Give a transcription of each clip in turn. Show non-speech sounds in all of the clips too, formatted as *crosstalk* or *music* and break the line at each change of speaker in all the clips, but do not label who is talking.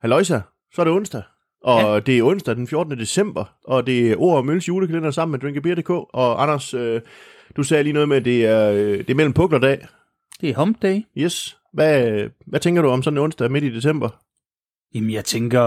Halløjsa, så er det onsdag. Og ja. det er onsdag den 14. december, og det er Ord og Mølles julekalender sammen med drinkabeer.dk. Og Anders, øh, du sagde lige noget med, at det er, øh, det er mellem puklerdag.
Det er hump day.
Yes. Hvad, hvad tænker du om sådan en onsdag midt i december?
Jamen, jeg tænker,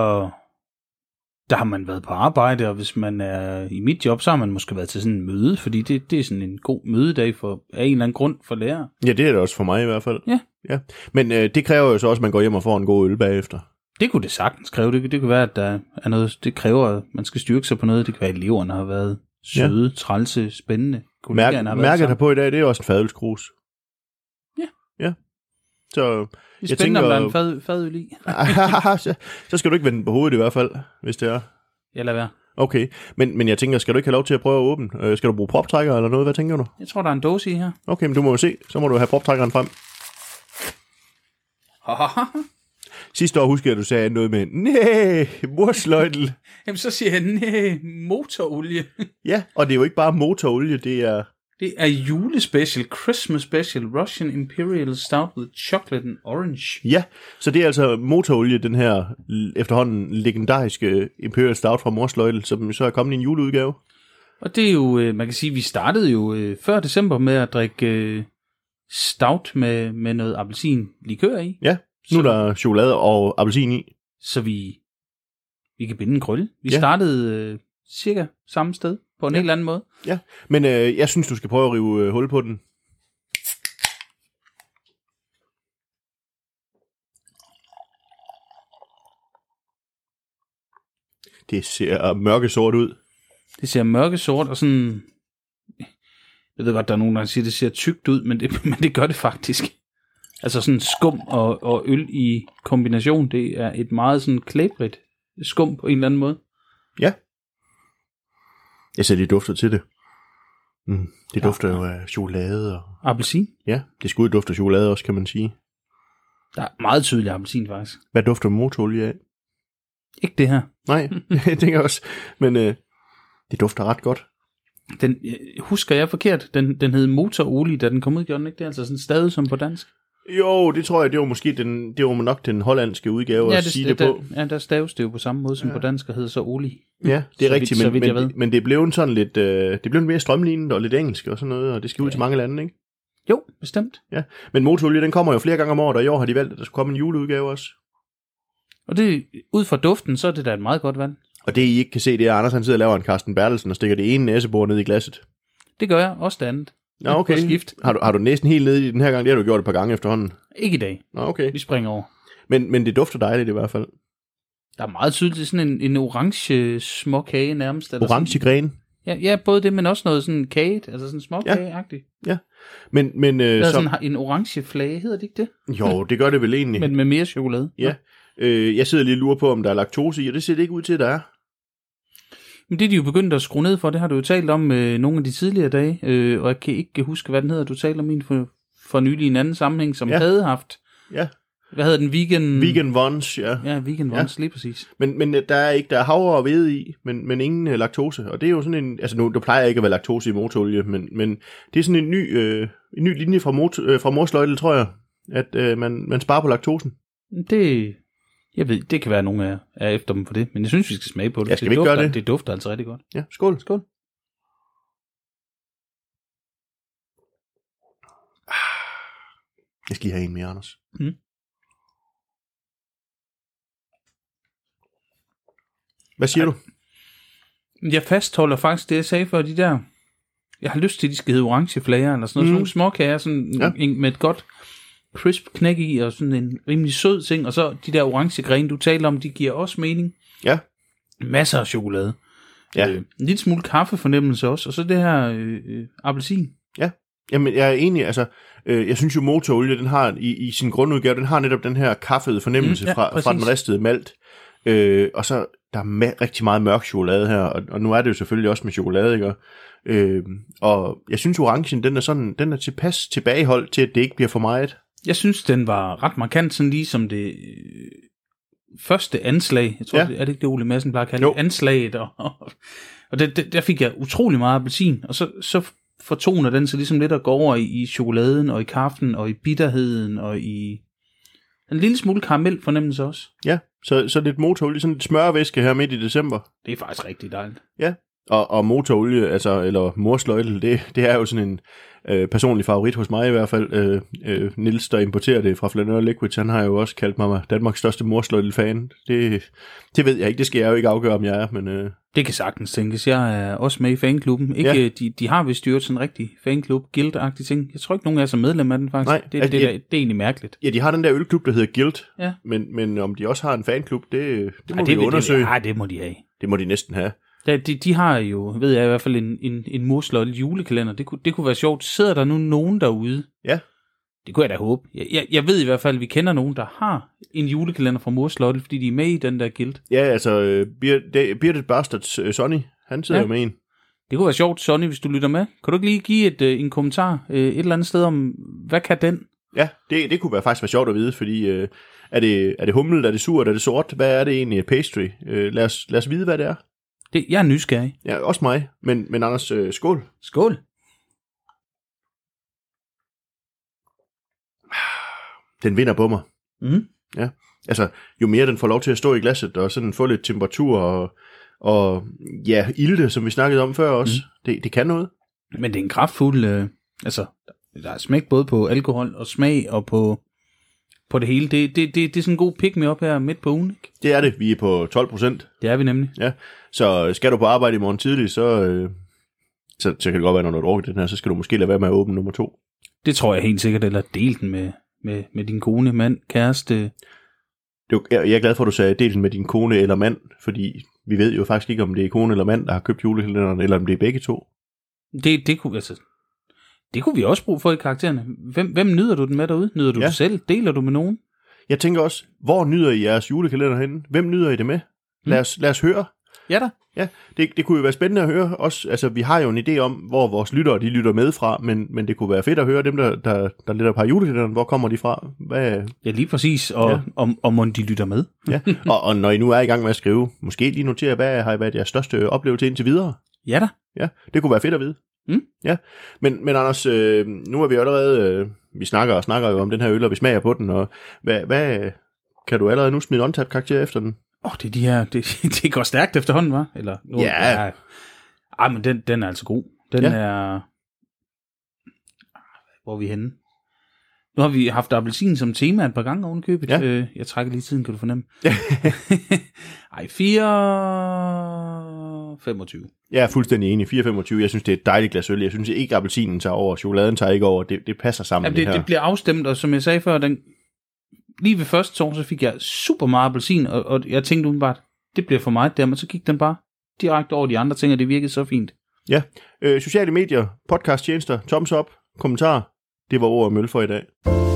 der har man været på arbejde, og hvis man er i mit job, så har man måske været til sådan en møde, fordi det, det er sådan en god mødedag for, af en eller anden grund for lærer.
Ja, det er det også for mig i hvert fald.
Ja.
ja. Men øh, det kræver jo så også, at man går hjem og får en god øl bagefter.
Det kunne det sagtens kræve. Det, det kunne være, at der er noget, det kræver, at man skal styrke sig på noget. Det kan være, at eleverne har været søde, ja. trælse, spændende. Kollegaerne
Mærke,
har været
mærket
sammen.
her på i dag, det er også en fadelskrus.
Ja.
Ja. Så, *laughs*
Det er
jeg
spændende, om der er
tænker-
en fad, fadøl i.
så, så skal du ikke vende den på hovedet i hvert fald, hvis det er.
Jeg lader være.
Okay, men, men jeg tænker, skal du ikke have lov til at prøve at åbne? Øh, skal du bruge proptrækker eller noget? Hvad tænker du?
Jeg tror, der er en dåse i her.
Okay, men du må jo se. Så må du have proptrækkeren frem. Sidste år husker jeg, at du sagde noget med, nej, morsløjtel.
Jamen, så siger jeg, nej, motorolie.
ja, og det er jo ikke bare motorolie, det er...
Det er julespecial, Christmas special, Russian Imperial Stout with Chocolate and Orange.
Ja, så det er altså motorolie, den her l- efterhånden legendariske Imperial Stout fra Morsløjtel, som så er kommet i en juleudgave.
Og det er jo, øh, man kan sige, vi startede jo øh, før december med at drikke øh, stout med, med noget appelsinlikør i,
Ja, nu er der chokolade og appelsin i.
så vi, vi kan binde en krølle. Vi
Ja.
ja. startede øh, cirka samme sted, på en ja. helt anden måde.
Ja, men øh, jeg synes, du skal prøve at rive øh, hul på den. Det ser mørke sort ud.
Det ser mørke sort og sådan... Jeg ved godt, der er nogen, der siger, at det ser tykt ud, men det, *laughs* men det gør det faktisk. Altså sådan skum og, og øl i kombination, det er et meget sådan klæbrigt skum på en eller anden måde.
Jeg ser lige dufter til det. Mm, det dufter jo af chokolade. Og...
Appelsin.
Ja, det skulle dufte af chokolade også, kan man sige.
Der er meget tydelig appelsin faktisk.
Hvad dufter motorolie af?
Ikke det her.
*laughs* Nej, jeg tænker også. Men øh, det dufter ret godt.
Den, øh, husker jeg forkert, den, den hed motorolie, da den kom ud, gjorde den ikke det? Altså sådan stadig som på dansk.
Jo, det tror jeg, det var måske den, det var nok den hollandske udgave ja, at sige det, på.
Der, ja, der staves det jo på samme måde som ja. på dansk og hedder så oli.
Ja, det er
Så vidt-
rigtigt,
så
men,
vidt jeg
men,
ved.
men det blev en sådan lidt, øh, det blev mere strømlignet og lidt engelsk og sådan noget, og det skal ud ja. til mange lande, ikke?
Jo, bestemt.
Ja, men motorolie, den kommer jo flere gange om året, og i år har de valgt, at der skulle komme en juleudgave også.
Og det, ud fra duften, så er det da et meget godt valg.
Og det, I ikke kan se, det er, at Anders han sidder og laver en Carsten Bertelsen og stikker det ene næsebord ned i glasset.
Det gør jeg, også det andet.
Nå, okay.
På skift.
Har du, har du næsten helt nede i den her gang? Det har du gjort et par gange efterhånden.
Ikke i dag.
Nå, okay.
Vi springer over.
Men, men det dufter dejligt i hvert fald.
Der er meget tydeligt sådan en, en orange småkage nærmest. Eller
Orange gren.
Sådan. Ja, ja, både det, men også noget sådan kage, altså sådan småkageagtigt. Ja,
Men, men øh,
der er
så,
sådan en orange flage, hedder det ikke det?
jo, det gør det vel egentlig.
*laughs* Men med mere chokolade.
Ja. Øh, jeg sidder lige og lurer på, om der er laktose i, og det ser det ikke ud til, at der er.
Men det er de jo begyndt at skrue ned for, det har du jo talt om øh, nogle af de tidligere dage, øh, og jeg kan ikke huske, hvad den hedder, du talte om en for, for nylig i en anden sammenhæng, som
Ja.
ja. havde haft,
Ja.
hvad hedder den, vegan...
Vegan ones, ja.
Mm. Ja, vegan
Ja.
ja. lige præcis.
Men, men øh, der er ikke, der er havre og hvede i, men, men ingen øh, laktose. Og det er jo sådan en, altså nu, der plejer ikke at være laktose i motorolie, men, men det er sådan en ny, øh, en ny linje fra, mot, øh, fra morsløjtel, tror jeg, at øh, man, man sparer på laktosen.
Det, jeg ved, det kan være, at nogen er, er efter dem for det, men jeg synes, vi skal smage på det.
Ja, skal
det
vi ikke gøre
dufter,
det?
Det dufter altså rigtig godt.
Ja, skål.
Skål.
Jeg skal lige have en mere, Anders.
Mm.
Hvad siger Ej. du?
Jeg fastholder faktisk det, jeg sagde før, de der... Jeg har lyst til, at de skal hedde orange flager, eller sådan noget.
Mm.
Mm. Sådan nogle småkager, sådan
Ja.
ja. en, med et godt crisp knæk i, og sådan en rimelig sød ting. Og så de der orange grene, du taler om, de giver også mening.
Ja.
Masser af chokolade.
Ja.
Øh, en lille smule kaffefornemmelse også, og så det her øh, øh, appelsin.
Jamen, jeg er enig, altså, øh, jeg synes jo motorolie, den har i, i sin grundudgave, den har netop den her kaffede fornemmelse mm,
Mm,
ja,
ja,
fra, fra den
præcis.
ristede malt. Øh, og så, der er ma- rigtig meget mørk chokolade her, og, og nu er det jo selvfølgelig også med chokolade, ikke? Øh, og jeg synes orangen, den er sådan, den er tilpas tilbageholdt til, at det ikke bliver for meget.
Jeg synes, den var ret markant, sådan lige som det øh, første anslag. Jeg tror,
Ja.
ja. det, er det ikke det, Ole Madsen plejer at kalde
Jo.
det? Anslaget. Og, og, og det, det, der fik jeg utrolig meget appelsin, og så, så fortoner den sig ligesom lidt at gå over i, i chokoladen, og i kaffen, og i bitterheden, og i En lille smule karamel fornemmelse også.
Ja, så, så lidt motorolie, sådan lidt smørvæske her midt i december.
Det er faktisk rigtig dejligt.
Og, og motorolie, altså, eller morsløjtel, det, det er jo sådan en øh, personlig favorit hos mig i hvert fald. Øh, øh, Nils, der importerer det fra Flaneur Liquids, han har jo også kaldt mig Danmarks største morsløjtel-fan. Det, det ved jeg ikke, det skal jeg jo ikke afgøre, om jeg er, men... Øh,
Det kan sagtens tænkes. Jeg er også med i fanklubben. Ikke,
Ja.
ja. de, de har vist styret sådan en rigtig fanklub, guild ting. Jeg tror ikke, nogen af os er medlem af den faktisk.
Nej,
det,
altså,
det, det,
jeg-
er, det er egentlig mærkeligt.
Ja, de har den der ølklub, der hedder Guild.
Ja.
Men, men om de også har en fanklub, det, det må
Ej,
Ej, det, vi
det,
jo undersøge.
Det,
Det,
ej, det må de have.
det må de næsten have.
Ja, de, de har jo, ved jeg i hvert fald, en, en, en mursløjt julekalender. Det kunne, det kunne være sjovt. Sidder der nu nogen derude?
Ja.
Det kunne jeg da håbe. Jeg, jeg, jeg ved i hvert fald, at vi kender nogen, der har en julekalender fra Mursløjtel, fordi de er med i den der guild.
Ja, altså, øh, Bir- det- Bearded Bastards øh, Sonny, han sidder
Ja.
jo med en.
Det kunne være sjovt, Sonny, hvis du lytter med. Kan du ikke lige give et, øh, en kommentar øh, et eller andet sted om, hvad kan den?
Ja, det, det kunne være faktisk være sjovt at vide, fordi øh, er, det, er det humlet, er det surt, er det sort? Hvad er det egentlig pastry? Øh, lad, os, lad os vide, hvad det er.
Det, jeg er nysgerrig.
Ja, også mig. Men, men Anders, øh, skål.
Skål.
Den vinder på mig.
Mm.
Altså, jo mere den får lov til at stå i glasset, og sådan få lidt temperatur og, og ja, ilte, som vi snakkede om før også. Mm. Det, det kan noget.
Men det er en kraftfuld... Øh, altså, der er smæk både på alkohol og smag og på, på det hele. Det, det, det, det er sådan en god pick me op her midt på ugen, ikke?
Det er det. Vi er på 12 procent.
Det er vi nemlig.
Så skal du på arbejde i morgen tidlig, så, øh, så, så kan det godt være, når du har drukket den her, så skal du måske lade være med at åbne nummer to.
Det tror jeg helt sikkert, eller del den med, med, med din kone, mand, kæreste.
Det er jo- jeg jeg er glad for, at du sagde, del den med din kone eller mand, fordi vi ved jo faktisk ikke, om det er kone eller mand, der har købt julekalenderen, eller om det er begge to.
Det, det, kunne, altså, det kunne vi også bruge for i karaktererne. Hvem, hvem nyder du den med derude? Nyder du
Ja.
ja. den selv? Deler du med nogen?
Jeg tænker også, hvor nyder I jeres julekalender henne? Hvem nyder I det med? Lad os, lad os høre.
Ja da.
Ja, det, det kunne jo være spændende at høre. Også, altså, vi har jo en idé om, hvor vores lyttere de lytter med fra, men, men det kunne være fedt at høre dem, der, der, der lidt har julekalenderen. Hvor kommer de fra? Hvad,
Ja, lige præcis. Og,
Ja.
ja. om, om, om de lytter med.
ja. og, og når I nu er i gang med at skrive, måske lige notere, hvad har I været jeres største oplevelse indtil videre?
Ja da.
Ja, det kunne være fedt at vide.
Mm.
Ja, men, men Anders, øh, nu er vi allerede, øh, vi snakker og snakker jo om den her øl, og vi smager på den, og hvad, hvad kan du allerede nu smide en untapped karakter efter den?
Åh, oh, det er de her, *laughs* det, det går stærkt efterhånden, var? Eller, nu,
Ja.
Ej, men den, den er altså god. Den
Ja.
ja. er... Hvor er vi henne? Nu har vi haft appelsin som tema et par gange ovenkøbet.
Ja.
Øh, jeg trækker lige tiden, kan du fornemme. *laughs* Ej, 4... 25.
Jeg er fuldstændig enig, 4,25, jeg synes det er et dejligt glas øl, jeg synes ikke appelsinen tager over, chokoladen tager ikke over, det, det passer sammen
Jamen,
det,
det,
her.
det bliver afstemt, og som jeg sagde før, den, lige ved første tår, så fik jeg super meget appelsin, og, og jeg tænkte umiddelbart, det bliver for meget der, men så gik den bare direkte over de andre ting, og det virkede så fint.
Ja, øh, sociale medier, podcasttjenester, thumbs up, kommentar, det var ord og møl for i dag.